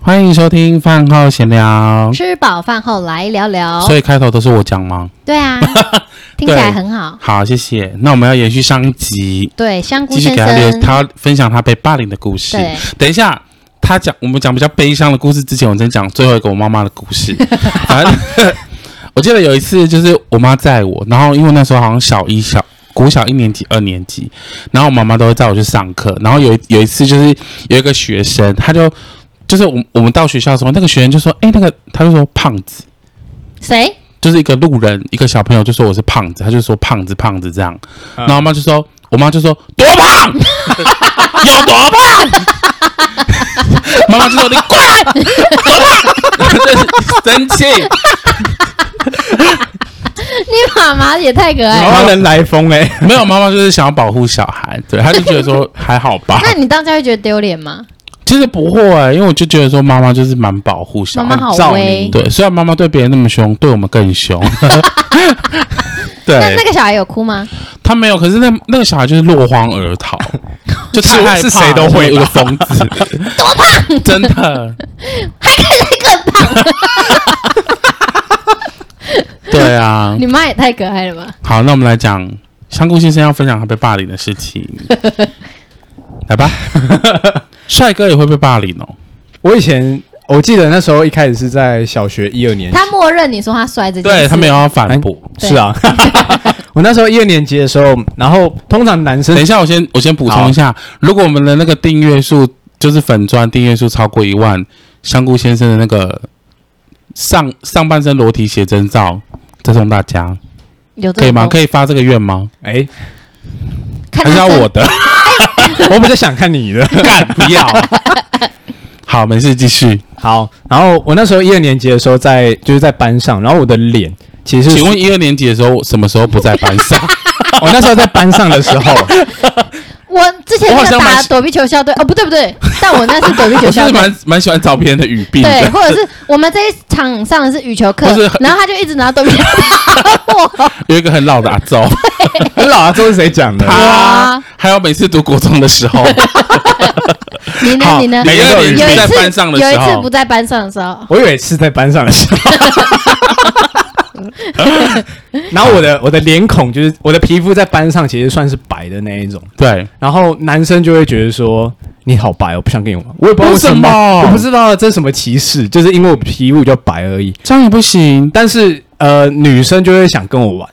欢迎收听饭后闲聊。吃饱饭后来聊聊。所以开头都是我讲吗？ 对啊，听起来很好。好，谢谢。那我们要延续上一集，对，香菇继续先给他留生，他分享他被霸凌的故事。对，等一下，他讲我们讲比较悲伤的故事之前，我先讲最后一个我妈妈的故 事。反正我记得有一次，就是我妈载我，然后因为那时候好像小一小。国小一年级、二年级，然后我妈妈都会载我去上课。然后有一有一次，就是有一个学生，他就就是我们我们到学校的时候，那个学生就说：“哎、那个他就说胖子，谁？ 就是一个路人，一个小朋友就说我是胖子，他就说胖子胖子这样，嗯然后我妈就说，我妈就说多 胖，有多胖，妈妈就说你过来，多胖，生气，你妈妈也太可爱好了。啊台湾人来疯哎、没有妈妈就是想要保护小孩，对，她就觉得说还好吧，那你当下会觉得丢脸吗？其实不会、啊因为我就觉得说妈妈就是蛮保护小孩妈妈，好照威你。对，虽然妈妈对别人那么凶，对我们更 凶，那对那。个小孩有哭吗？他没有，可是那那个小孩就是落荒而逃，就太害怕了是谁都会有个疯子，多胖，真的，对啊。你妈也太可爱了吧！好，那我们来讲香菇先生要分享他被霸凌的事 情，来吧。帅哥也会被霸凌哦，我以前我记得那时候一开始是在小学一二年级，他默认你说他帅这件事，嗯对他没有要反驳。对是啊， 我那时候一二年级的时候，然后通常男生等一下，我先我先补充一下，如果我们的那个订阅数就是粉钻订阅数超过一万，香菇先生的那个上上半身裸体写真照再送大家。有这可以吗？可以，以发这个愿吗？哎、看还是要他我生 的？我比较想看你的。干，不 要。好，没事，继续。好，然后我那时候一二年级的时候在就是在班上，然后我的脸其实是请 问一二年级的时候，什么时候不在班上？我那时候在班上的时候，我之前我好那个像蛮打躲避球校队，哦，不对 不对，但我那是躲避 我球是校队。蛮 蛮喜欢找别人的语病对，的。或者是我们这一场上的是羽球课不是，然后他就一直 拿躲避球打我。有一个很老的阿周， 很老啊，这是谁讲的？他哇还有每次读国中的时候，你呢？好你呢？哦每有一个一人次有一在次班上的时有候一次不在班上的时候，我以为是在班上的时候。 然后我的我的脸孔就是我的皮肤在班上其实算是白的那一种，对，然后男生就会觉得说你好白哦，不想跟你玩。我也不知道为什为什么我不知道这是什么歧视，就是因为我皮肤比较白而已。这样也不行。但是呃，女生就会想跟我玩，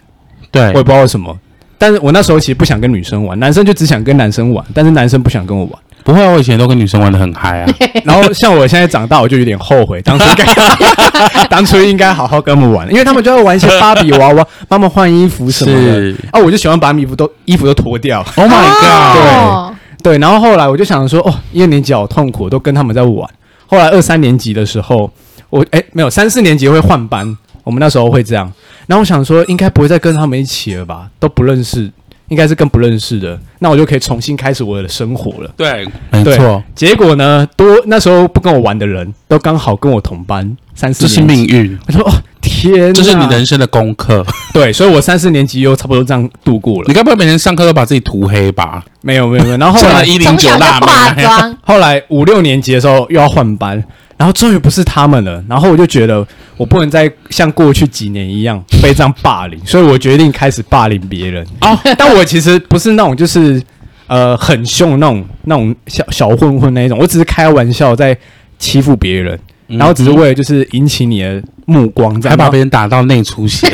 对我也，不知道为什么。但是我那时候其实不想跟女生玩，男生就只想跟男生玩，但是男生不想跟我玩。不会，我以前都跟女生玩的很嗨 啊。然后像我现在长大，我就有点后悔，当初应该当初应该好好跟他们玩，因为他们就要玩一些芭比娃娃，帮他们换衣服什么的是。啊，我就喜欢把他们衣服都衣服都脱掉。 Oh my god！哦对，然后后来我就想说，哦，一二年级好痛苦，都跟他们在玩。后来二三年级的时候，我哎没有，三四年级会换班，我们那时候会这样。然后我想说，应该不会再跟他们一起了吧？都不认识，应该是更不认识的。那我就可以重新开始我的生活了。对，没对错，结果呢，多那时候不跟我玩的人都刚好跟我同班，三四这是年级。命运，我说哦天哪，这是你人生的功课。对，所以我三四年级又差不多这样度过了你。该不会每天上课都把自己涂黑吧？没有没有没有，然后后上来了一零从九小就辣化妹，妆，后来五六年级的时候又要换班，然后终于不是他们了，然后我就觉得我不能再像过去几年一样被这样霸凌，所以我决定开始霸凌别人。哦， 但我其实不是那种就是呃很凶的那种那种小小混混那一种，我只是开玩笑在欺负别人，嗯然后只是为了就是引起你的目光，这还样把别吧。人打到内出血。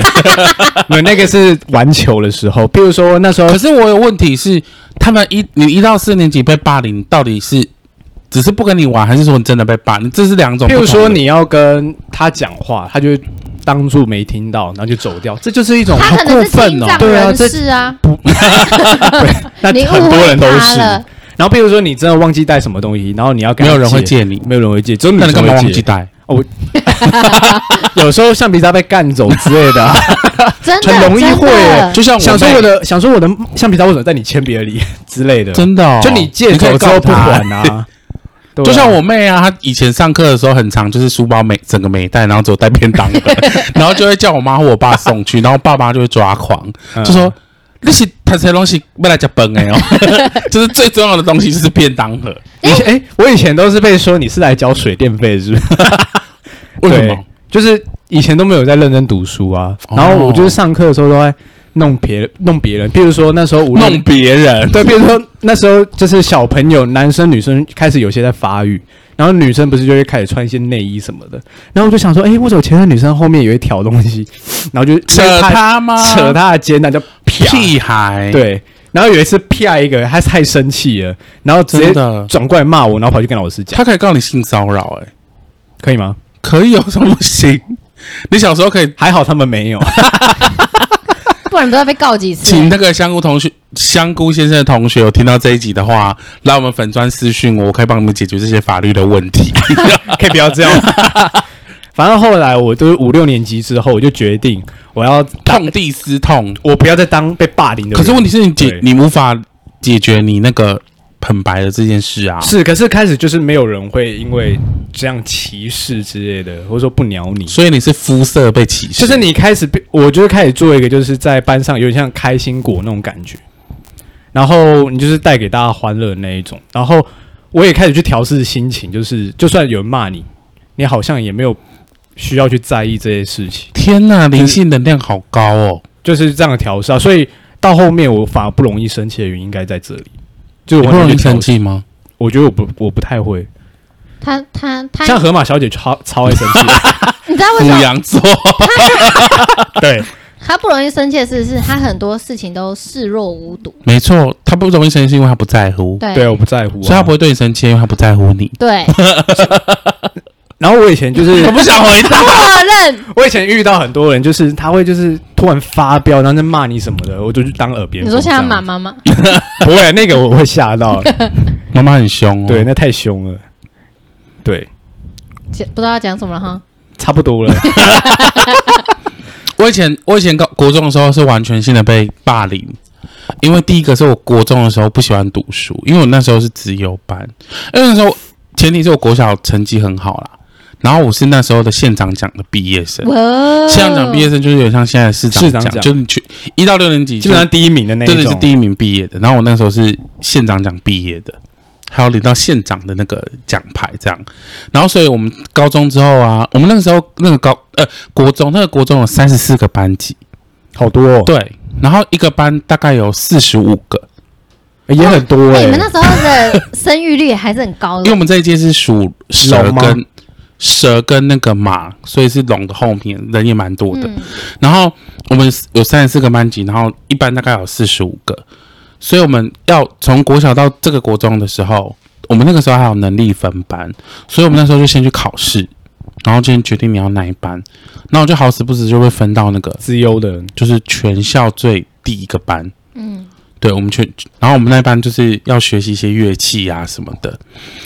没有那个是玩球的时候，比如说那时候 可是我有问题是，他们一你一到四年级被霸凌，到底是只是不跟你玩，还是说你真的被霸凌？这是两种不譬同如的。说你要跟他讲话，他就当做没听到，然后就走掉，这就是一种他可能是好过听分哦障对啊人这士啊， 那你很误多会人都他是。了。然后譬如说你真的忘记带什么东西，然后你要跟没他有人会，借你，没有人会借，只有女那你干生嘛会忘记借。带？有时候橡皮擦被干走之类的啊，真的很容 易真的会耶。就像我想说妹我的想说我的橡皮擦为什么在你铅笔盒里之类的，真的哦、就你借可以走之告后不他还。 啊。对啊就像我妹啊，她以前上课的时候很长，就是书包没整个没带，然后只有 带便当盒，然后就会叫我妈或我爸送去，然后爸妈就会抓狂，嗯就说那些他才东西未来加崩哎 哦， 就是最重要的东西就是便当盒，以前哎、我以前都是被说你是来交水电费，是不是？ 为什对么？就是以前都没有在认真读书啊，哦然后我就是上课的时候都在弄别弄别人，譬如说那时候无论弄别人？对，比如说那时候就是小朋友，男生女生开始有些在发育，然后女生不是就会开始穿一些内衣什么的，然后我就想说，哎、为什么前面女生后面有一条东西，然后就扯她他吗？扯她的肩，那就啪，屁孩，，对，然后有一次啪一个，她太生气了，然后直接真的啊转过来骂我，然后跑去跟老师讲，他可以告你性骚扰哎，可以吗？可以有什么不行？你小时候可以还好他们没有， 不然不知道被告几次。请那个香菇同学、香菇先生的同学有听到这一集的话，来我们粉砖私讯我，我可以帮你们解决这些法律的问 题。可以不要这样。 反正后来我都是五六年级之后，我就决定我要当，痛定思痛，我不要再当被霸凌的人。可是问题是你解对你无法解决你那个很白的这件事啊。是，可是开始就是没有人会因为这样歧视之类的，或者说不鸟你。所以你是肤色被歧视，就是你开始被，我就开始做一个，就是在班上有点像开心果那种感觉，然后你就是带给大家欢乐的那一种，然后我也开始去调试心情，就是就算有人骂你，你好像也没有需要去在意这些事情，天呐，灵性能量好高哦！就是这样的调试啊。所以到后面我反而不容易生气的原因应该在这里，就是你我不完容易全去调生试。气吗？我觉得我不我不太会，他他他，像河马小姐超超爱生气的，你知道为母什么羊座，对。他不容易生气的事是，他很多事情都视若无睹。没错，他不容易生气，因为他不在乎，对对，我不在乎、啊。所以他不会对你生气，因为他不在乎你。对，然后我以前就是我，不想回答。默认我以前遇到很多人，就是他会就是突然发飙，然后在骂你什么的，我就去当耳边你风。说像他这妈样妈吗？不会，那个我会吓到，妈妈很凶哦，对，，那太凶了，对，讲不知道要讲什么了哈。差不多了。我以前我以前高国中的时候是完全性的被霸凌，因为第一个是我国中的时候不喜欢读书，因为我那时候是资优班，因为那时候前提是我国小成绩很好啦，然后我是那时候的县长奖的毕业生，哇，哦县长奖毕业生就是有点像现在的市长市长奖，奖就是你去一到六年级 基本上第一名的那真一的种，是第一名毕业的，然后我那时候是县长奖毕业的，还有领到县长的那个奖牌这样。然后所以我们高中之后啊，我们那个时候那个高呃国中那个国中有三十四个班级，好多、哦，对，然后一个班大概有四十五个，对，也很多、哎欸。你们那时候的生育率还是很高因 为我的。们这一届是属蛇嗯龙吗跟蛇跟那个马，所以是龙的后面，人也蛮多的。嗯，然后我们有三十四个班级，然后一般大概有四十五个，所以我们要从国小到这个国中的时候，我们那个时候还有能力分班，所以我们那时候就先去考试，然后先决定你要哪一班，然后我就好死不死就被分到那个资优的，就是全校最第一个班，嗯，对我们全，然后我们那班就是要学习一些乐器啊什么的。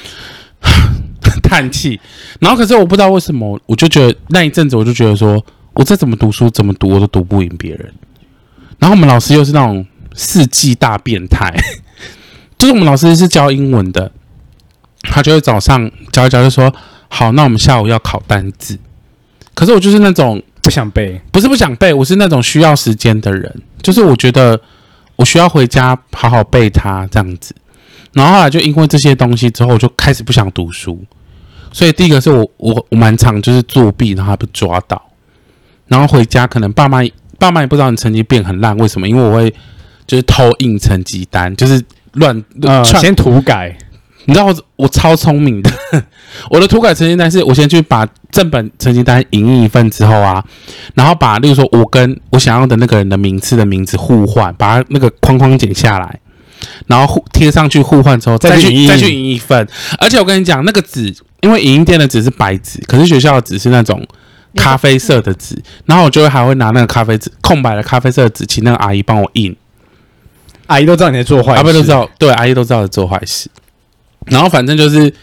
叹气，然后可是我不知道为什么，我就觉得那一阵子我就觉得说，我再怎么读书怎么读我都读不赢别人。然后我们老师又是那种世纪大变态， 就是我们老师是教英文的，他就会早上教一教就说，好，那我们下午要考单字。可是我就是那种不想背，不是不想背，我是那种需要时间的人，就是我觉得我需要回家好好背它这样子。然后后来就因为这些东西之后，我就开始不想读书。所以第一个是我我我蛮常就是作弊，然后还被抓到，然后回家可能爸妈爸妈也不知道你成绩变很烂，为什么？因为我会就是偷印成绩单，就是乱、呃，篡先涂改，你知道我我超聪明的， 我的涂改成绩单是我先去把正本成绩单影印一份之后啊，然后把例如说我跟我想要的那个人的名次的名字互换，把它那个框框剪下来，然后互贴上去互换之后再再去影去印再去影印一份。而且我跟你讲，那个纸因为影印店的纸是白纸，可是学校的纸是那种咖啡色的纸，然后我就会还会拿那个咖啡纸空白的咖啡色的纸，请那个阿姨帮我印。阿姨都知道你在做坏事，阿伯都知，道，对，阿姨都知道你做坏事。然后反正就是，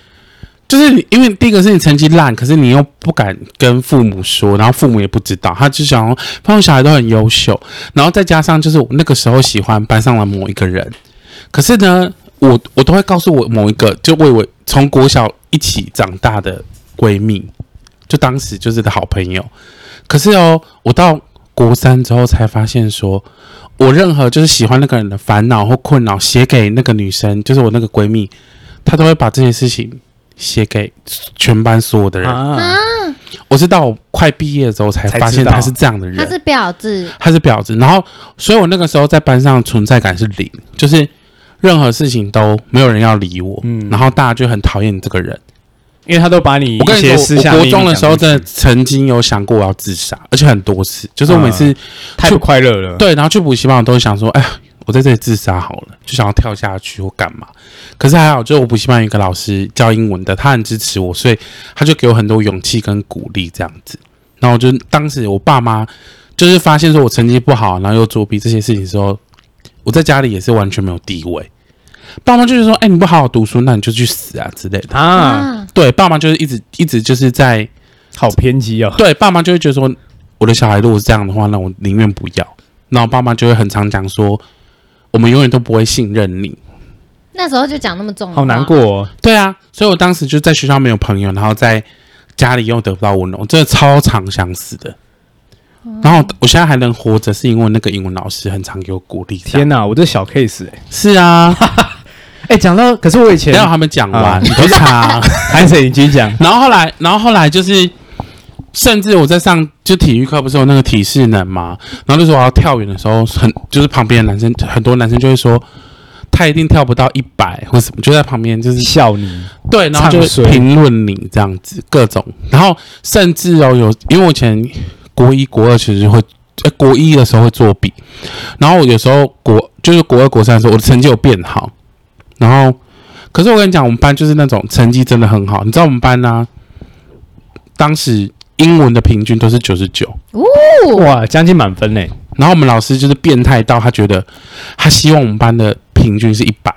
就是你，因为第一个是你成绩烂，可是你又不敢跟父母说，然后父母也不知道，他就想说，反正小孩都很优秀，然后再加上就是我那个时候喜欢班上的某一个人，可是呢，我我都会告诉我某一个，就为我从国小一起长大的闺蜜，就当时就是的好朋友。可是哦，我到国三之后才发现说，我任何就是喜欢那个人的烦恼或困扰写给那个女生，就是我那个闺蜜，她都会把这些事情写给全班所有的人。啊，我是到我快毕业之后才才发现知道她是这样的人，他是婊子，她是婊子。然后，所以我那个时候在班上存在感是零，就是任何事情都没有人要理我，嗯然后大家就很讨厌你这个人。因为他都把你我跟一你些说私，下我国秘密中的时候真讲的出去曾经有想过我要自杀，而且很多次，啊就是我每次、太不快乐了，对，然后去补习班，我都会想说，哎呀，我在这里自杀好了，就想要跳下去或干嘛。可是还好，就是我补习班有一个老师教英文的，他很支持我，所以他就给我很多勇气跟鼓励这样子。然后我就当时我爸妈就是发现说我成绩不好，然后又作弊这些事情之后，我在家里也是完全没有地位。爸妈就是说，哎、你不好好读书，那你就去死啊之类的。啊，啊，对，爸妈就是一直一直就是在好偏激哦，对，爸妈就会觉得说，我的小孩如果是这样的话，那我宁愿不要。然后爸妈就会很常讲说，我们永远都不会信任你。那时候就讲那么重的话，好难过哦，对啊，所以我当时就在学校没有朋友，然后在家里又得不到温柔，我真的超常想死的。然后我现在还能活着，是因为那个英文老师很常给我鼓励。天哪，我这小 case 哎，是啊，哎，讲到可是我以前等有他们讲完，你都查。啊韩水已经讲，然后后来，然后后来就是，甚至我在上就体育课不是有那个体适能嘛，然后那时候我要跳远的时候，很就是旁边的男生很多男生就会说。他一定跳不到一百或什么，就在旁边就是笑你对，然后就唱衰评论你这样子各种，然后甚至哦有，因为我以前国一国二其实会，呃国一的时候会作弊，然后我有时候国就是国二国三的时候，我的成绩有变好，然后可是我跟你讲，我们班就是那种成绩真的很好，你知道我们班呢、当时英文的平均都是九十九，哦哇，将近满分嘞，然后我们老师就是变态到他觉得他希望我们班的平均是一百，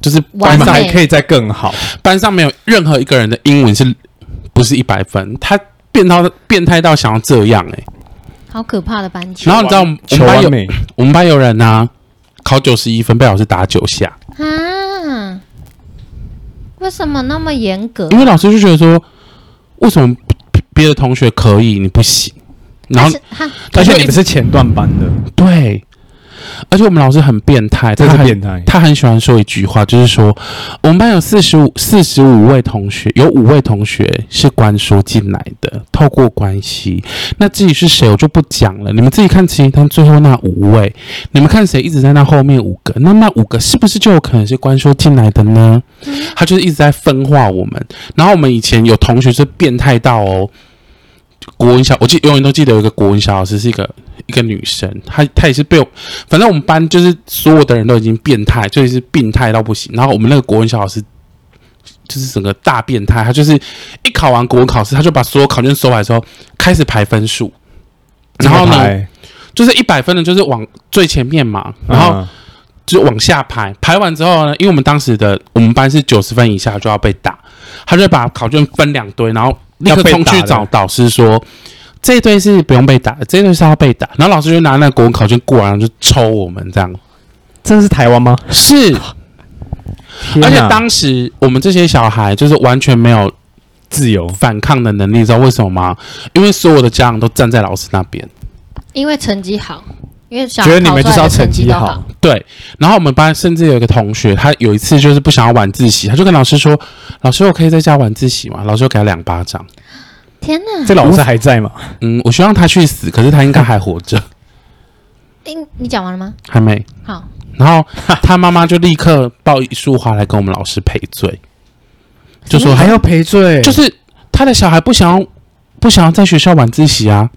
就是班完那上美还可以再更好，班上没有任何一个人的英文是不是一百分，他变到变态到想要这样哎、好可怕的班级然后你知道我们我求们班完有美，我们班有人啊，考九十一分被老师打九下，啊！为什么那么严格？嗯因为老师就觉得说，为什么别的同学可以你不行？然后他而他就且一你们直是前段班的，对，而且我们老师很变态，这他是很变态，他很喜欢说一句话，就是说我们班有四十五四十五位同学，有五位同学是关说进来的，透过关系。那至于是谁，我就不讲了，你们自己看成绩单最后那五位，你们看谁一直在那后面五个，那那五个是不是就有可能是关说进来的呢？他就是一直在分化我们。然后我们以前有同学是变态到哦。国文小，我记永远都记得有一个国文小老师是一个一个女生，她她也是被我反正我们班就是所有的人都已经变态，就是病态到不行。然后我们那个国文小老师就是整个大变态，他就是一考完国文考试，他就把所有考卷收来之后开始排分数，然后怎么呢，排，就是一百分的，就是往最前面嘛，然后嗯就往下排。排完之后呢，因为我们当时的我们班是九十分以下就要被打，他就把考卷分两堆，然后立刻要被冲打去的找导师说。这一堆是不用被打，这一堆是要被打。然后老师就拿那个国文考卷过来，然后就抽我们这样。这是台湾吗？是，天而且哪当时我们这些小孩就是完全没有自由反抗的能力，知道为什么吗？因为所有的家长都站在老师那边。因为成绩好，因为小觉得你考们出就来是要的成成绩都好，对，然后我们班甚至有一个同学，他有一次就是不想要晚自习，他就跟老师说：“老师，我可以在家晚自习吗？”老师就给他两巴掌。天哪！这老师还在吗？嗯，我希望他去死，可是他应该还活着，你哎你讲完了吗？还没。好，然后他妈妈就立刻抱一束花来跟我们老师赔罪，就说哎还要赔罪，就是他的小孩不想要不想要在学校晚自习啊，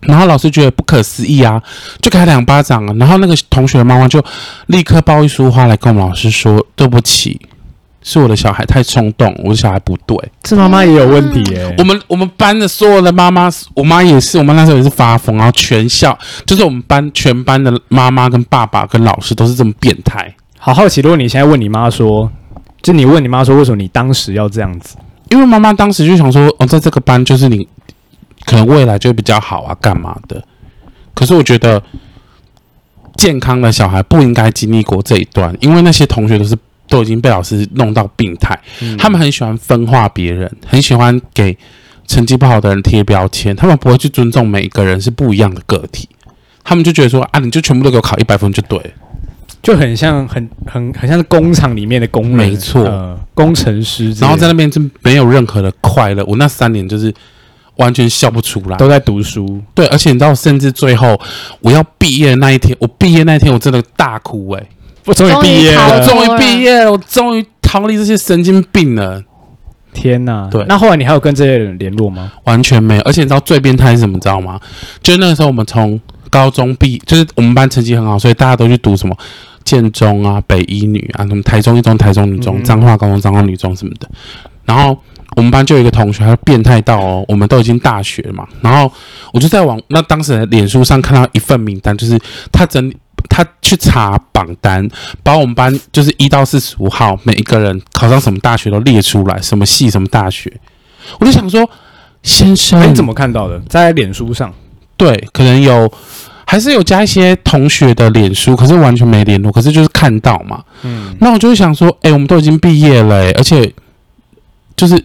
然后老师觉得不可思议啊，就给他两巴掌啊，然后那个同学的妈妈就立刻抱一束花来跟我们老师说对不起。是我的小孩太冲动，我的小孩不对。这妈妈也有问题耶我。们我们班的所有的妈妈，我妈也是，我妈那时候也是发疯，然后全校就是我们班全班的妈妈跟爸爸跟老师都是这么变态，好好奇，如果你现在问你妈说，就你问你妈说，为什么你当时要这样子？因为妈妈当时就想说，哦，在这个班就是你可能未来就会比较好啊，干嘛的？可是我觉得健康的小孩不应该经历过这一段，因为那些同学都是都已经被老师弄到病态，他们很喜欢分化别人，很喜欢给成绩不好的人贴标签，他们不会去尊重每一个人是不一样的个体。他们就觉得说啊，你就全部都给我考一百分就对了。就很像很很很像是工厂里面的工人，没错呃，工程师之类的，然后在那边就没有任何的快乐，我那三年就是完全笑不出来。都在读书，对，而且你知道，甚至最后我要毕业的那一天，我毕业那一天我真的大哭哎、我终于终于毕业考我了了，终于毕业了，我终于逃离这些神经病了，天哪！对那后来你还有跟这些人联络吗？完全没有。而且你知道最变态是什么，你知道吗？就是那个时候我们从高中毕，就是我们班成绩很好，所以大家都去读什么建中啊、北一女啊、什么台中一中、台中女中、嗯彰化高中、彰化女中什么的。然后我们班就有一个同学，他变态到哦，我们都已经大学了嘛。然后我就在网那当时的脸书上看到一份名单，就是他整理他去查榜单，把我们班就是一到四十五号每一个人考上什么大学都列出来，什么系什么大学。我就想说，先哎生你怎么看到的？在脸书上，对，可能有还是有加一些同学的脸书，可是完全没联络，可是就是看到嘛。嗯，那我就会想说，哎、我们都已经毕业了、哎而且就是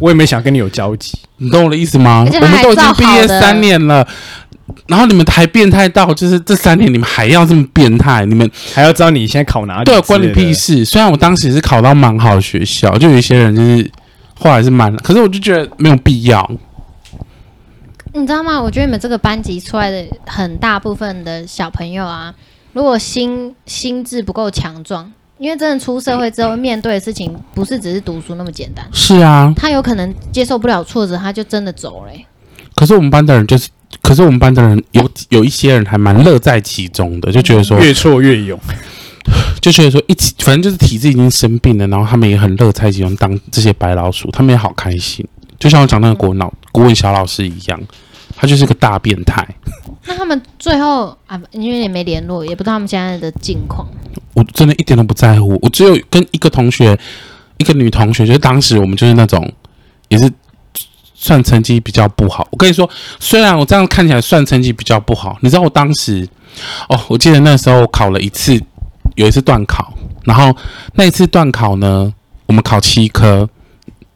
我也没想跟你有交集，你懂我的意思吗？而且我他们还都已经照毕好业的三年了，然后你们还变态到，就是这三年你们还要这么变态，你们还要知道你现在考哪里，对关你屁！事。虽然我当时也是考到蛮好的学校，就有一些人就是后来是蛮，可是我就觉得没有必要。你知道吗？我觉得你们这个班级出来的很大部分的小朋友啊，如果心心智不够强壮，因为真的出社会之后面对的事情不是只是读书那么简单，是啊，他有可能接受不了挫折，他就真的走了欸、可是我们班的人就是，可是我们班的人有有一些人还蛮乐在其中的，就觉得说，嗯越挫越勇，就觉得说一起，反正就是体质已经生病了，然后他们也很乐在其中，当这些白老鼠，他们也好开心。就像我讲那个国脑国文小老师一样，他就是个大变态。那他们最后啊，因为也没联络，也不知道他们现在的近况。我真的一点都不在乎，我只有跟一个同学，一个女同学，就是当时我们就是那种也是算成绩比较不好。我跟你说，虽然我这样看起来算成绩比较不好，你知道我当时哦，我记得那时候我考了一次，有一次段考，然后那一次段考呢，我们考七科，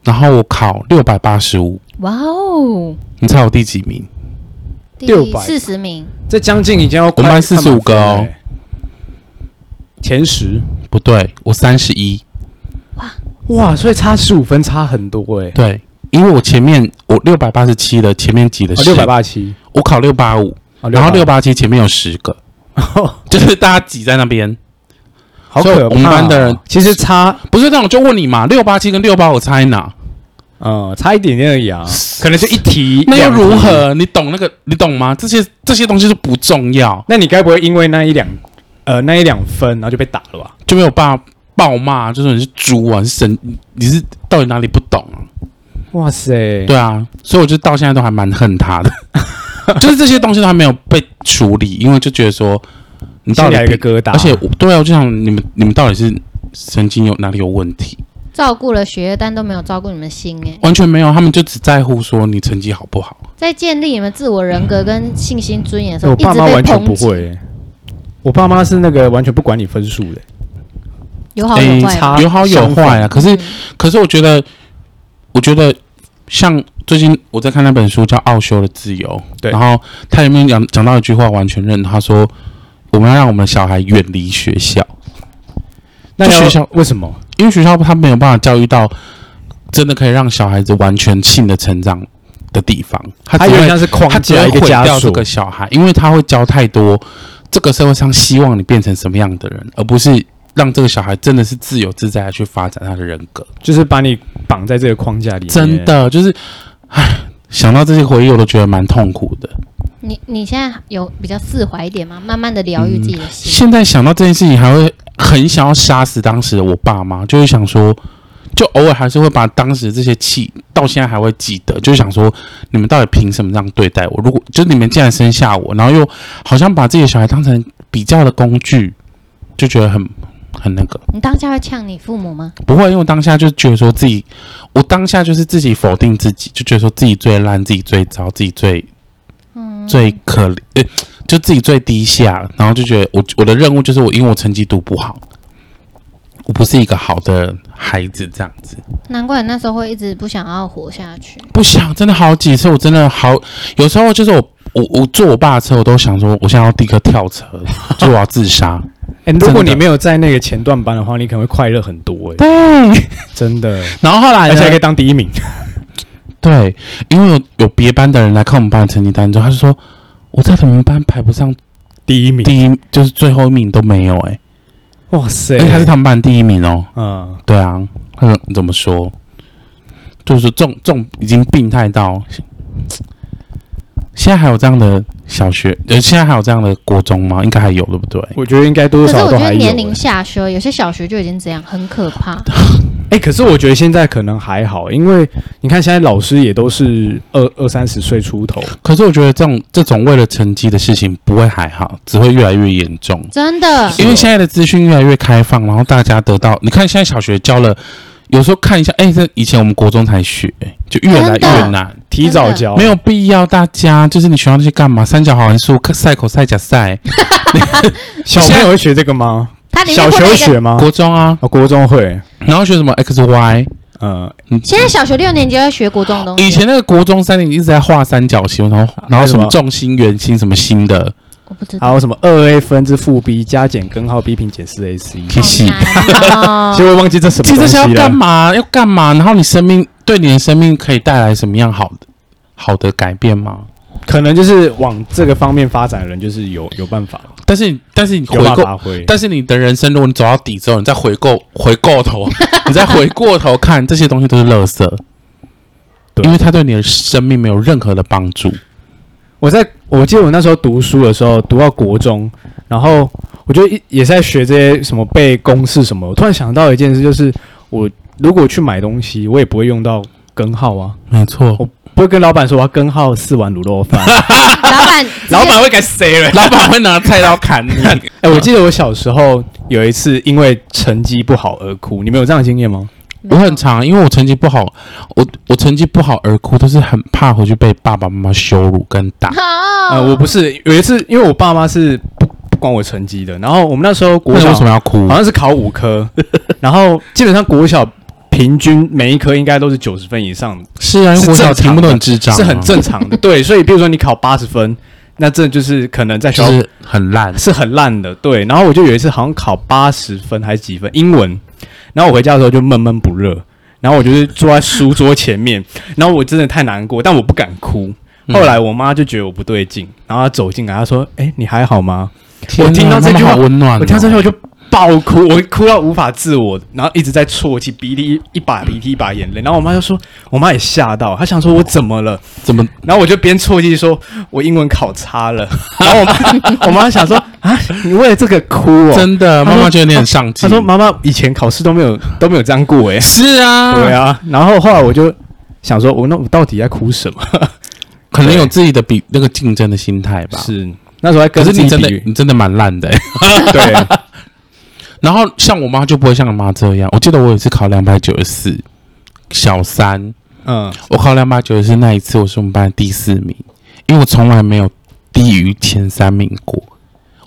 然后我考六百八十五，哇哦，你猜我第几名？第600四十名，这将近已经要我们快班45个哦快满分了欸前十不对，我三十一。哇，所以差十五分差很多哎，对，因为我前面我六百八十七的，前面挤了哦六十、百八十七，我考六八五。哦然后六，八七前面有十个，就是大家挤在那边，好 所以可怕哦。我们班的人其实差不是那我就问你嘛，六八七跟六八我差在哪？嗯差一点点而已啊，可能就一题，那又两题如？何？你懂那个？你懂吗？这些这些东西都不重要，那你该不会因为那一两呃那一两分，然后就被打了吧？就没有办法暴骂，就说你是猪啊，你是神，你是到底哪里不懂啊？哇塞，对啊，所以我就到现在都还蛮恨他的， 就是这些东西都还没有被处理，因为就觉得说你到心里底还有一比个疙瘩，而且我对啊，我就想你们你们到底是神经有哪里有问题？照顾了学业，但都没有照顾你们心哎、完全没有，他们就只在乎说你成绩好不好。在建立你们自我人格跟信心尊严的时欸候，我爸一直妈被完全抨不击，会欸、我爸妈是那个完全不管你分数的、有好有坏差吧。有好有坏哎啊。可是嗯，可是我觉得，我觉得像最近我在看那本书叫《奥修的自由》，对然后它里面讲讲到一句话，完全认同，他说我们要让我们的小孩远离学校，那就学学校校为什么？因为学校他没有办法教育到真的可以让小孩子完全性的成长的地方，他它啊只有点会像是框他只架会一个毁枷掉这锁。个小孩，因为他会教太多这个社会上希望你变成什么样的人，而不是。让这个小孩真的是自由自在的去发展他的人格，就是把你绑在这个框架里面。真，的就是，唉，想到这些回忆，我都觉得蛮痛苦的。你你现在有比较释怀一点吗？慢慢的疗愈自己的心。现在想到这件事情，还会很想要杀死当时的我爸妈，就会想说，就偶尔还是会把当时这些气，到现在还会记得，就是想说，你们到底凭什么这样对待我？如果就是你们竟然生下我，然后又好像把自己的小孩当成比较的工具，就觉得很很那个。你当下会呛你父母吗？不会，因为我当下就觉得说自己，我当下就是自己否定自己，就觉得说自己最烂，自己最糟，自己最，最可怜、呃，就自己最低下，然后就觉得我我的任务就是我，因为我成绩读不好，我不是一个好的孩子，这样子难怪你那时候会一直不想要活下去。不想，真的好几次，我真的好，有时候就是我我我坐我爸的车，我都想说，我现在要立刻跳车，就我要自杀。哎、如果真的你没有在那个前段班的话，你可能会快乐很多哎、 对，真的，然后后来而且还可以呢？当第一名。对，因为有有别班的人来看我们班的成绩单之后，他就说我在你们班排不上第一名，第一，就是最后一名都没有、欸，哇塞哎，而且他是他们班第一名哦。嗯，对啊，他说怎么说？就是这种这种已经病态到，现在还有这样的小学，呃，现在还有这样的国中吗？应该还有，对不对？我觉得应该多可是多少我少觉都得还有、年龄哎、下修，有些小学就已经这样，很可 怕。欸可是我觉得现在可能还好，因为你看现在老师也都是二二三十岁出头，可是我觉得这种这种为了成绩的事情不会还好，只会越来越严重。真的，因为现在的资讯越来越开放，然后大家得到，你看现在小学教了，有时候看一下，哎、这以前我们国中才学、就越来越真难，提早教没有必要。大家就是你学校那些干嘛？三角函数、赛口、赛甲赛，小朋友会学这个吗？它里面小会有学一个，学吗？国中啊，哦，国中会，然后学什么 x y，嗯，现在小学六年级要学国中的东西。以前那个国中三年级一直在画三角形，然后然后什还有什么么重心、圆心什么心的，我不知道，还有什么二 a 分之负 b 加减根号 b 平减四 ac，其实好其实难哦我忘记这什么其实这东西些要干了。嘛？要干嘛？然后你生命对你的生命可以带来什么样好的好的改变吗？可能就是往这个方面发展的人，就是有有办法，但是但是你回有办法过，发挥。但是你的人生，如果你走到底之后，你再回过 回过头，你再回过头看这些东西都是垃圾，对因为它对你的生命没有任何的帮助。我在我记得我那时候读书的时候，读到国中，然后我就一也在学这些什么背公式什么。我突然想到一件事，就是我如果去买东西，我也不会用到根号啊，没错，我不会跟老板说我要根号四碗卤肉饭，老板， 老板会给谁了？老板会拿菜刀砍 你。哎、我记得我小时候有一次因为成绩不好而哭，你们有这样的经验吗？我很常，因为我成绩不好，我我成绩不好而哭，都是很怕回去被爸爸妈妈羞辱跟 打。好，哎呃，我不是，有一次因为我爸妈是不不管我成绩的，然后我们那时候国那你小为什么要哭好？像是考五科，然后基本上国小平均每一科应该都是九十分以上，是啊，因为是我小正常题目都的很智障啊、是很正常的。对，所以比如说你考八十分，那这就是可能在就学校是很烂。是很烂的。对，然后我就有一次好像考八十分还是几分英文，然后我回家的时候就闷闷不乐，然后我就是坐在书桌前面， 然后我真的太难过，但我不敢哭。后来我妈就觉得我不对劲，然后她走进来，她说：“哎、你还好吗？”天哪听到这句妈话妈好温暖哦、我听到这句话就爆哭，我哭到无法自我，然后一直在啜泣，鼻涕一把鼻涕一把眼泪。然后我妈就说，我妈也吓到，她想说我怎么了？怎么？然后我就边啜泣说，我英文考差了。然后我妈 我妈想说啊，你为了这个哭哦？真的，她妈说妈觉得你很上进。她说妈妈以前考试都没有 都没有这样过哎、是嗯啊，对，啊，然后后来我就想说，哦我那我到底在哭什么？可能有自己的比那个竞争的心态吧。，是 那时候在可是跟自己你真的比 你真的蛮烂的、欸。 对，然后像我妈就不会像我妈这样，我记得我有一次考两百九十四，小三，嗯，我考两百九十四那一次，我是我们班的第四名，因为我从来没有低于前三名过。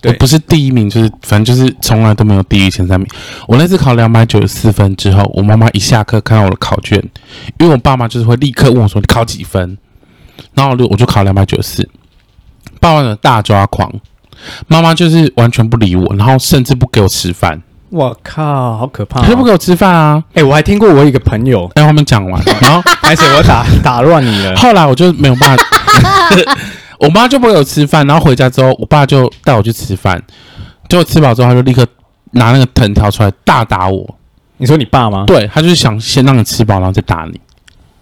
我对不是第一名，就是反正就是从来都没有低于前三名。我那次考两百九十四分之后，我妈妈一下课看到我的考卷，因为我爸妈就是会立刻问我说你考几分，然后我就我就考两百九十四，爸爸呢大抓狂，妈妈就是完全不理我，然后甚至不给我吃饭，我靠，好可怕、她就不哦！给我吃饭啊。哎、我还听过我有一个朋友， 让他们讲完，然后而且我打打乱你 了。后来我就没有办法，我妈就不给我吃饭，然后回家之后，我爸就带我去吃饭，结果吃饱之后，他就立刻拿那个藤条出来大打我。你说你爸吗？对，他就是想先让你吃饱，然后再打你。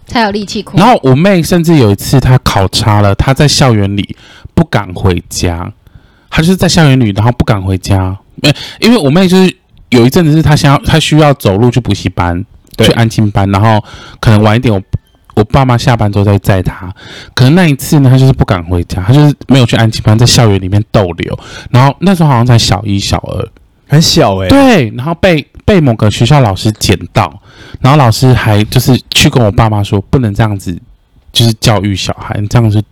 才有力气哭然。后我妹甚至有一次她考差了，她在校园里不敢回家，她就是在校园里，然后不敢回家。没，因为我妹就是有一阵子是她想要，她需要走路去补习班，对去安亲班，然后可能晚一点我。我爸妈下班之后再载她，可能那一次呢，她就是不敢回家，她就是没有去安亲班，在校园里面逗留。然后那时候好像才小一、小二，很小哎、对，然后被被某个学校老师捡到，然后老师还就是去跟我爸妈说，不能这样子，就是教育小孩，这样子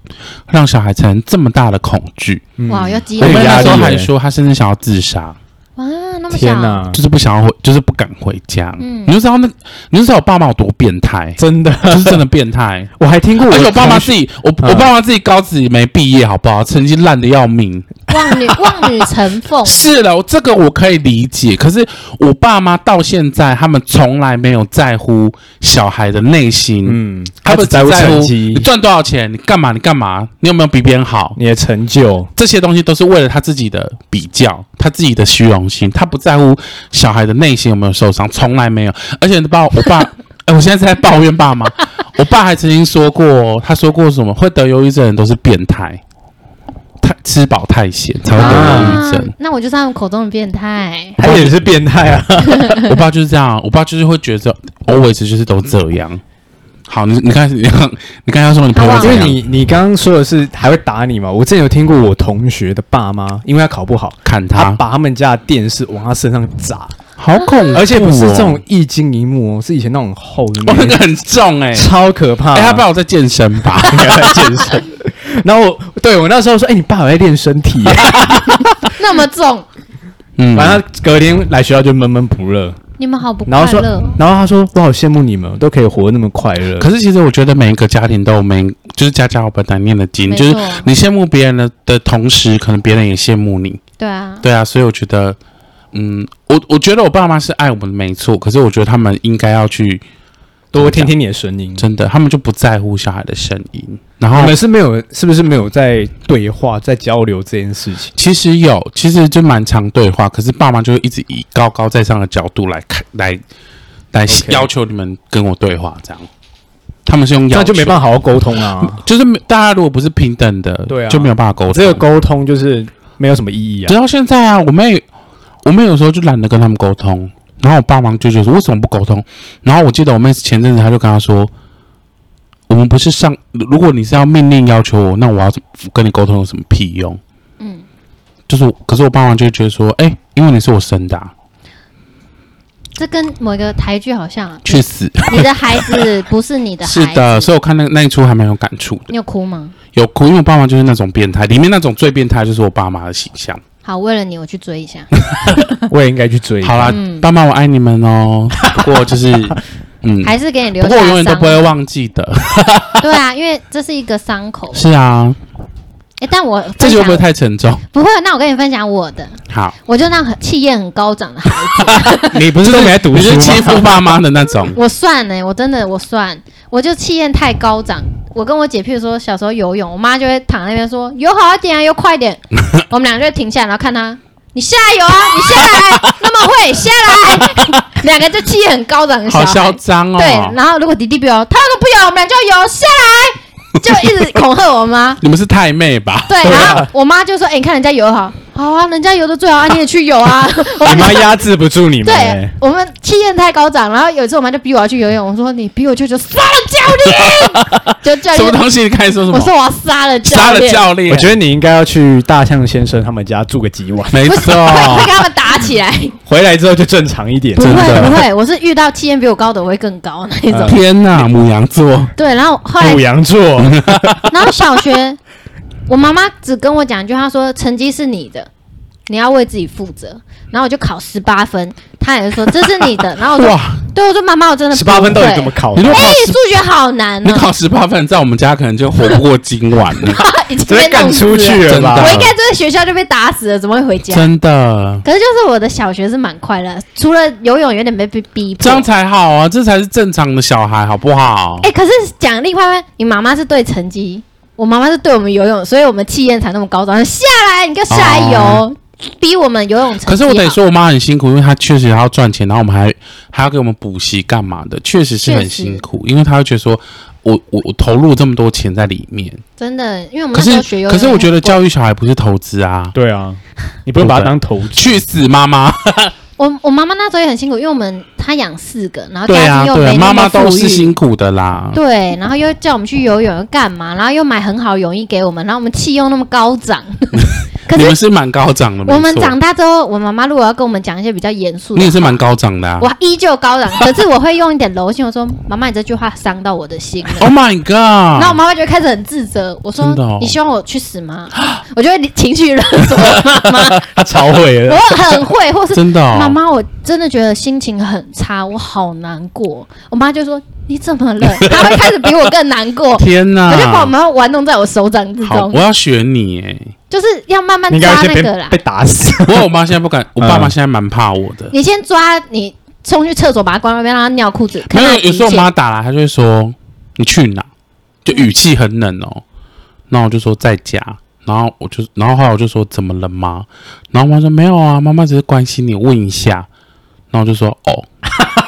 让小孩产生这么大的恐惧。嗯哇，要激我动有妹压那时力候耶还说，她甚至想要自杀。哇，那么天小，哪，，就是不想要回，就是不敢回家。嗯你就知道那，你就知道我爸妈有多变态 真的，就是真的变态。我还听过我而且我爸妈同自学己，我我爸妈自己高职也没毕业，好不好？成绩烂的要命。望女望女成凤，哦是的，这个我可以理解。可是我爸妈到现在，他们从来没有在乎小孩的内心，嗯，他他们只在在乎乎成你绩，赚多少钱，你干嘛，你干嘛，你有没有比别人好？你的成就，这些东西都是为了他自己的比较，他自己的虚荣心，他不在乎小孩的内心有没有受伤，从来没有。而且爸，我 爸，哎，我现在是在抱怨爸妈。我爸还曾经说过，他说过什么？会得忧郁症的人都是变态，太吃饱太闲才会得忧郁啊症。，那我就是他们口中的变态。他也是变态啊，我爸就是这样，啊我爸就是会觉得 always 就是都这样。好，你你看你看你刚才说你朋友好怎 因样为你你刚刚说的是还会打你嘛，我之前有听过我同学的爸妈，因为他考不好，砍他他，把他们家的电视往他身上砸，好恐怖、哦，而且不是这种一惊一幕哦，是以前那种厚 的哇，那那个种，很重 哎、欸，超可怕。哎、他爸我在健身 吧？健身， 然后我对我那时候说，哎，你爸有在练身体耶，那么重，嗯，然后他隔天来学校就闷闷不乐，你们好不然快后说，乐。然后他说，我好羡慕你们，都可以活得那么快乐。可是其实我觉得每一个家庭都有每就是家家有本难念的经，没就错是你羡慕别人的的同时，可能别人也羡慕你，对啊，对啊，所以我觉得，嗯，我我觉得我爸妈是爱我们没错，可是我觉得他们应该要去多听听你的声音。真的，他们就不在乎小孩的声音，然你后们是没有，是不是没有在对话、在交流这件事情？其实有，其实就蛮常对话，可是爸妈就会一直以高高在上的角度来看，来来 OK 要求你们跟我对话，这样。他们是用要那求，嗯就没办法好好沟通啊。就是没大家如果不是平等的，对啊就没有办法沟通。这个沟通就是没有什么意义直啊。到现在啊，我妹，我妹有时候就懒得跟他们沟通，然后我爸妈就觉得说为什么不沟通？然后我记得我妹前阵子她就跟她说，我们不是上，如果你是要命令要求我，那我要怎么跟你沟通有什么屁用？嗯，就是，可是我爸妈就会觉得说，哎、因为你是我生的啊、这跟某一个台剧好 像啊，去死！你的孩子不是你的孩是子，的，所以我看那那一出还蛮有感触的，你有哭吗？有哭，因为我爸妈就是那种变态，里面那种最变态就是我爸妈的形象。好，为了你，我去追一嗯下。我也应该去追。好啦，嗯爸妈我爱你们哦，不过 就是，嗯，还是给你留不下过伤。我永远都不会忘记的。对啊，因为这是一个伤口。 是啊，哎，但我 这分集会享不会太沉重？不会，那我跟你分享我的， 好，我就那很气焰很高涨的孩子，你不是都没在读你书是欺吗？负爸妈的那种我算呢、我真的我算，我就气焰太高涨。我跟我姐，譬如说小时候游泳，我妈就会躺在那边说游好一点啊，游快一 点，我们俩就会停下来，然后看她，你下来游啊，你下来， 那么会下来， 两个就气焰很高涨的 小好孩。嚣张哦。对，然后如果弟弟不游，他都不游，我们俩就游下来，就一直恐吓我妈。你们是太妹吧？对，然后我妈就说：“哎、你看人家游得好， 好啊，人家游的 最好啊，你也去游啊。 我你们妈压制不住你们、对欸。我们气焰太高涨，然后有一次我妈就逼我要去游泳，我说：“你逼我去就杀了教 练！”就教什么练，东西？你开始说什我么？说我要杀了教杀了练，教练？我觉得你应该要去大象先生他们家住个几晚， 没不是错。会会跟他们打起来，回来之后就正常一点。不会 真的不会，我是遇到气焰比我高的我会更高那一种。嗯天哪，母羊座，对，然后后来哎母羊座， 然后小学，我妈妈只跟我讲一句，她说成绩是你的，你要为自己负责。然后我就考十八分，她也说这是你的。然后我说，哇！对，我说妈妈，我真的十八分到对，底怎么考你的如？果哎考，数十，学好难哦你呢、考十八分，在我们家可能就活不过今晚 了。 已经直被接弄赶死了出去了吧真我的？应该在学校就被打死了，怎么会回家？啊真的，可是就是我的小学是蛮快乐，除了游泳有点被逼逼这迫样。才好啊，这才是正常的小孩，好不好？哎、可是讲另外一半，你妈妈是对成绩，我妈妈是对我们游泳，所以我们气焰才那么高涨。下来，你给我下来游，哦逼我们游泳成绩好。可是我得说，我妈很辛苦，因为她确实还要赚钱，然后我们还还要给我们补习干嘛的，确实是很辛苦。因为她会觉得说，我我我投入这么多钱在里面，真的，因为我们可那时是候学游泳，可是我觉得教育小孩不是投资啊，对啊，你不用把它当投资。去死妈妈！啊我我妈妈那时候也很辛苦，因为我们她养四个，然后对家啊庭又对啊，没那妈么妈富裕，都是辛苦的啦。对，然后又叫我们去游泳又干嘛，然后又买很好的泳衣给我们，然后我们气又那么高涨，可你们是是蛮高涨的， 没我们错长大之后，我妈妈如果要跟我们讲一些比较严肃的，你也是蛮高涨的啊。我依旧高冷，可是我会用一点柔性，我说妈妈，你这句话伤到我的心了。 Oh my 然后我 god！妈妈就会开始很自责，我说真的哦：“你希望我去死吗？”我就会情绪勒索妈妈，他超会我了，很会，或是真的哦，妈妈，我真的觉得心情很差，我好难过。我妈就说：“你怎么了？”她会开始比我更难过，天哪！我就把我妈玩弄在我手掌之好，中我，要学你哎、就是要慢慢你应该抓会那先个啦被被。打死。不过我妈现在不 敢，我嗯爸妈现在蛮怕我的。你先抓，你冲去厕所把她关外面，让她尿裤子。看没她有的，有时候我底线妈打来，她就会说：“你去哪？”就语气很冷哦。然后我就说在家，然后我就，然后后来我就说怎么了吗？然后我妈说没有啊，妈妈只是关心你，问一下。然后我就说哦，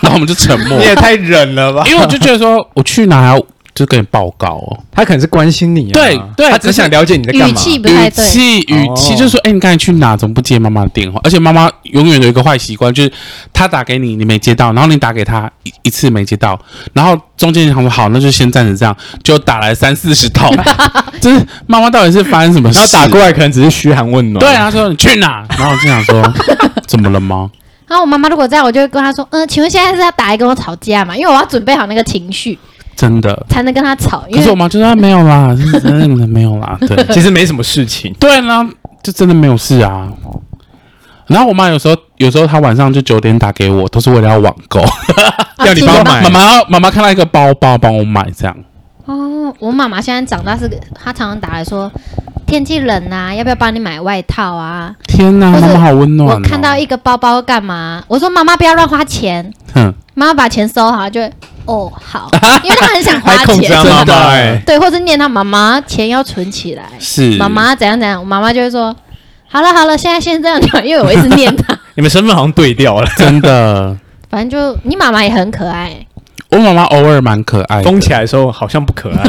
然后我们就沉默 你，也太忍了吧！因为我就觉得说我去哪还要就跟你报告哦，他可能是关心你、啊，对对他只想了解你在干语嘛。气不太语对。气语气哦就说哎、你刚才去哪？怎么不接妈妈的电话？而且妈妈永远有一个坏习惯，就是她打给你，你没接到，然后你打给她一一次没接到，然后中间想说好，那就先暂时这样，就打来三四十 套，就是妈妈到底是发生什么事？然后打过来可能只是嘘寒问暖。对，啊，她说你去哪？然后我就想 说怎么了吗？然后我妈妈如果在我就会跟她说：“嗯、请问现在是要打来跟我吵架嘛？因为我要准备好那个情绪真的。才能跟她吵。”因可是我为妈就说啊没有啦，是真的没有啦，对。其实没什么事情。对啦，就真的没有事啊。然后我妈有时候，有时候她晚上就九点打给我，都是为了要网购，啊要你帮我买妈妈要妈妈看到一个包包，帮我买这样。哦，我妈妈现在长大是个，她常常打来说天气冷啊，要不要帮你买外套啊？天哪，或妈是妈好温暖、哦。我看到一，个包包干嘛？我说妈妈不要乱花钱，哼，妈妈把钱收好，她就会哦好，因为她很想花 还控制钱他，妈真的妈、欸，对，或者念她妈妈钱要存起来，是妈。妈怎样怎样，我妈妈就会说好了好了，现在先这样讲，因为我一直念她，你们身份好像对调了，真 的，反正就你妈妈也很可爱、我妈妈偶尔蛮可爱的。封起来的时候好像不可爱。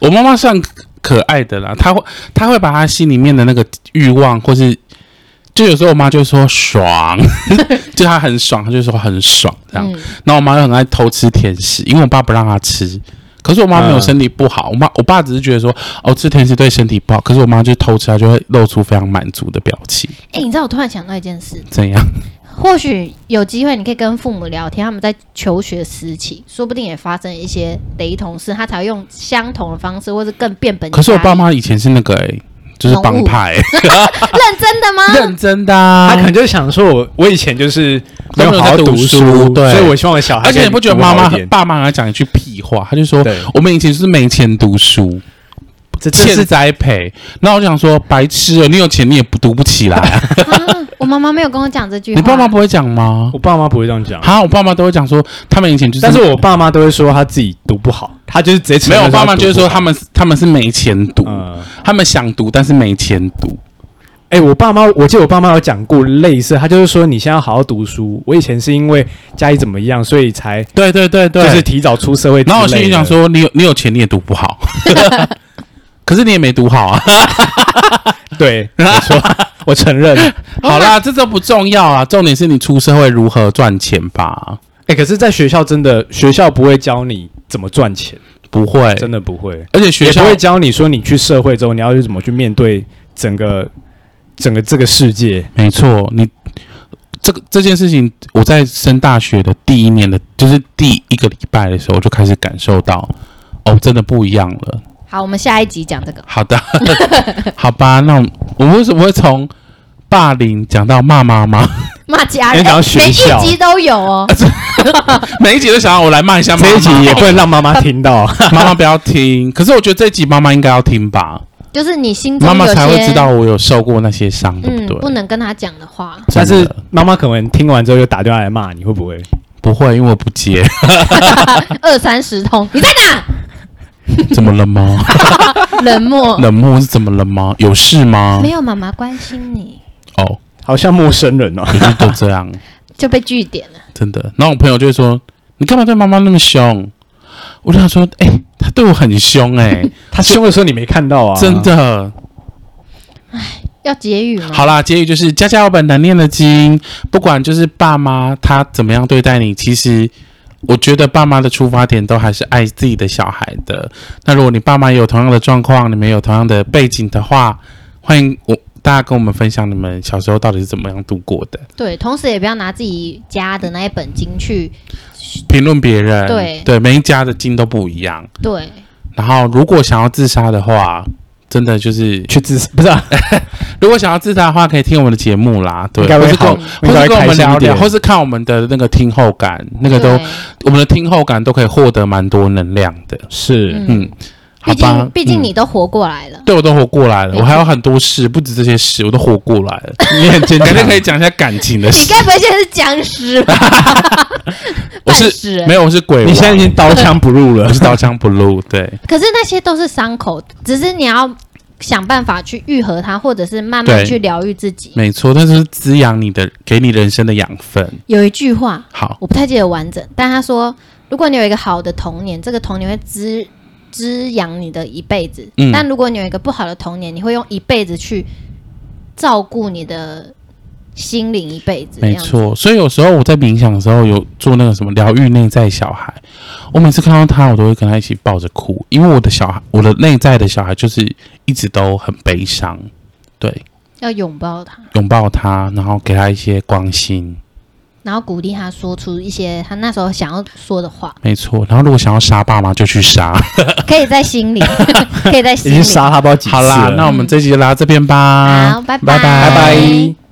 我妈妈算可爱的啦，她会她会把她心里面的那个欲望，或是就有时候我妈就说 爽，就她很爽，她就说很爽这样。嗯，然后我妈又很爱偷吃甜食，因为我爸不让她吃。可是我妈没有身体不好，我妈我爸只是觉得说，哦，吃甜食对身体不好。可是我妈就偷吃，她就会露出非常满足的表情，哎、你知道我突然想到一件事，怎样？或许有机会你可以跟父母聊天，他们在求学时期，说不定也发生一些雷同事，他才会用相同的方式，或是更变本加厉。可是我爸妈以前是那个、欸，就是帮派、欸认真的吗？认真的、啊 他可能 就想说我，我以前就是没有好好都没有在读书，书对所以我希望我小孩而且你不觉得可以妈读好妈一点爸妈还讲一句屁话？她就说对，我们以前是没钱读书，这这欠是栽培。然后我就想说，白痴哦，你有钱你也不读不起来、啊。啊，我妈妈没有跟我讲这句话。你爸妈不会讲吗？我爸妈不会这样讲，哈，我爸妈都会讲说，他们以前就是，但是我爸妈都会说他自己读不好，他就是直接承没认有，我爸妈读就是不说好他们他们是没钱读，嗯，他们想读但是没钱读。哎、我爸妈，我记得我爸妈有讲过类似，他就是说你现在要好好读书。我以前是因为家里怎么样，所以才对对对对就就是是。提早出社会之类的。然后我心里想说，你有你有钱你也读不好， 可是你也没读好啊。对，没错，我承 认。好啦，这都不重要啊，重点是你出社会如何赚钱吧。哎、可是，在学校真的，学校不会教你怎么赚钱，不会，真的不会，而且学也校不会教你说你去社会之后，你要去怎么去面对整个整个这个世界。没错，你这个这件事情，我在升大学的第一年的，就是第一个礼拜的时候，我就开始感受到，哦，真的不一样了。好，我们下一集讲这个。好 的，好吧，那我们我们为什么会从霸凌讲到骂妈妈？ 骂家你人，想要哎学每一校集都有哦。每一集都想要我来骂一下妈妈，这一集也不能让妈妈听到， 啊妈妈不要听。可是我觉得这一集妈妈应该要听吧，就是你心中妈有些妈才会知道，我有受过那些伤，对嗯不，对？不能跟他讲的话。真但的是妈妈可能听完之后又打电话来骂你，会不会？不会，因为我不 接。二三十通，你在怎么了吗？哪？冷漠，冷漠是怎么了吗？有事吗没？有妈妈关心你，哦，好像陌生人哦。每次都这 样，就被据点了。真的。然后我朋友就会说：“你干嘛对妈妈那么凶？”我就想说：“哎、他对我很凶、 哎，他凶的时候你没看到啊？真的。”要结语吗？好啦，结语就是家家有本难念的经，不管就是爸妈他怎么样对待你，其实我觉得爸妈的出发点都还是爱自己的小孩的。那如果你爸妈也有同样的状况，你们有同样的背景的话，欢迎我。大家跟我们分享你们小时候到底是怎么样度过的，对，同时也不要拿自己家的那一本经去，评论别人，对对，每一家的经都不一样。对，然后如果想要自杀的话，真的就是去自杀不是、啊？如果想要自杀的话，可以听我们的节目啦，对，应该或会是跟好我或应该是会跟我开们心聊一点聊，或是看我们的那个听后感，那个都对我们的听后感都可以获得蛮多能量的。是嗯嗯，好毕吧竟，毕竟嗯你都活过来 了，对我都活过来了，对我还有很多事，不止这些事，我都活过来了。你很坚改强，天可以讲一下感情的你事。该不会现在是僵尸 吧？我半是死人没有，我是鬼王，你现在已经刀枪不入了我，是刀枪不入。对，可是那些都是伤口，只是你要想办法去愈合它，或者是慢慢对去疗愈自己。没错，但是滋养你的，给你人生的养分。有一句话好，我不太记得完整，但他说，如果你有一个好的童年，这个童年会滋滋养你的一辈子；嗯但如果你有一个不好的童年，你会用一辈子去照顾你的心灵一辈子。没错。所以有时候我在冥想的时候，有做那个什么疗愈内在小孩。我每次看到他，我都会跟他一起抱着哭，因为我的小孩，我的内在的小孩就是一直都很悲伤。对，这样子，要拥抱他，拥抱他，然后给他一些关心。然后鼓励他说出一些他那时候想要说的话，没错，然后如果想要杀爸妈，就去杀。可以在心里， 可以在 已心经里。杀他不知道几次好啦，了那我们这集就聊到这边吧。好，拜拜拜拜拜。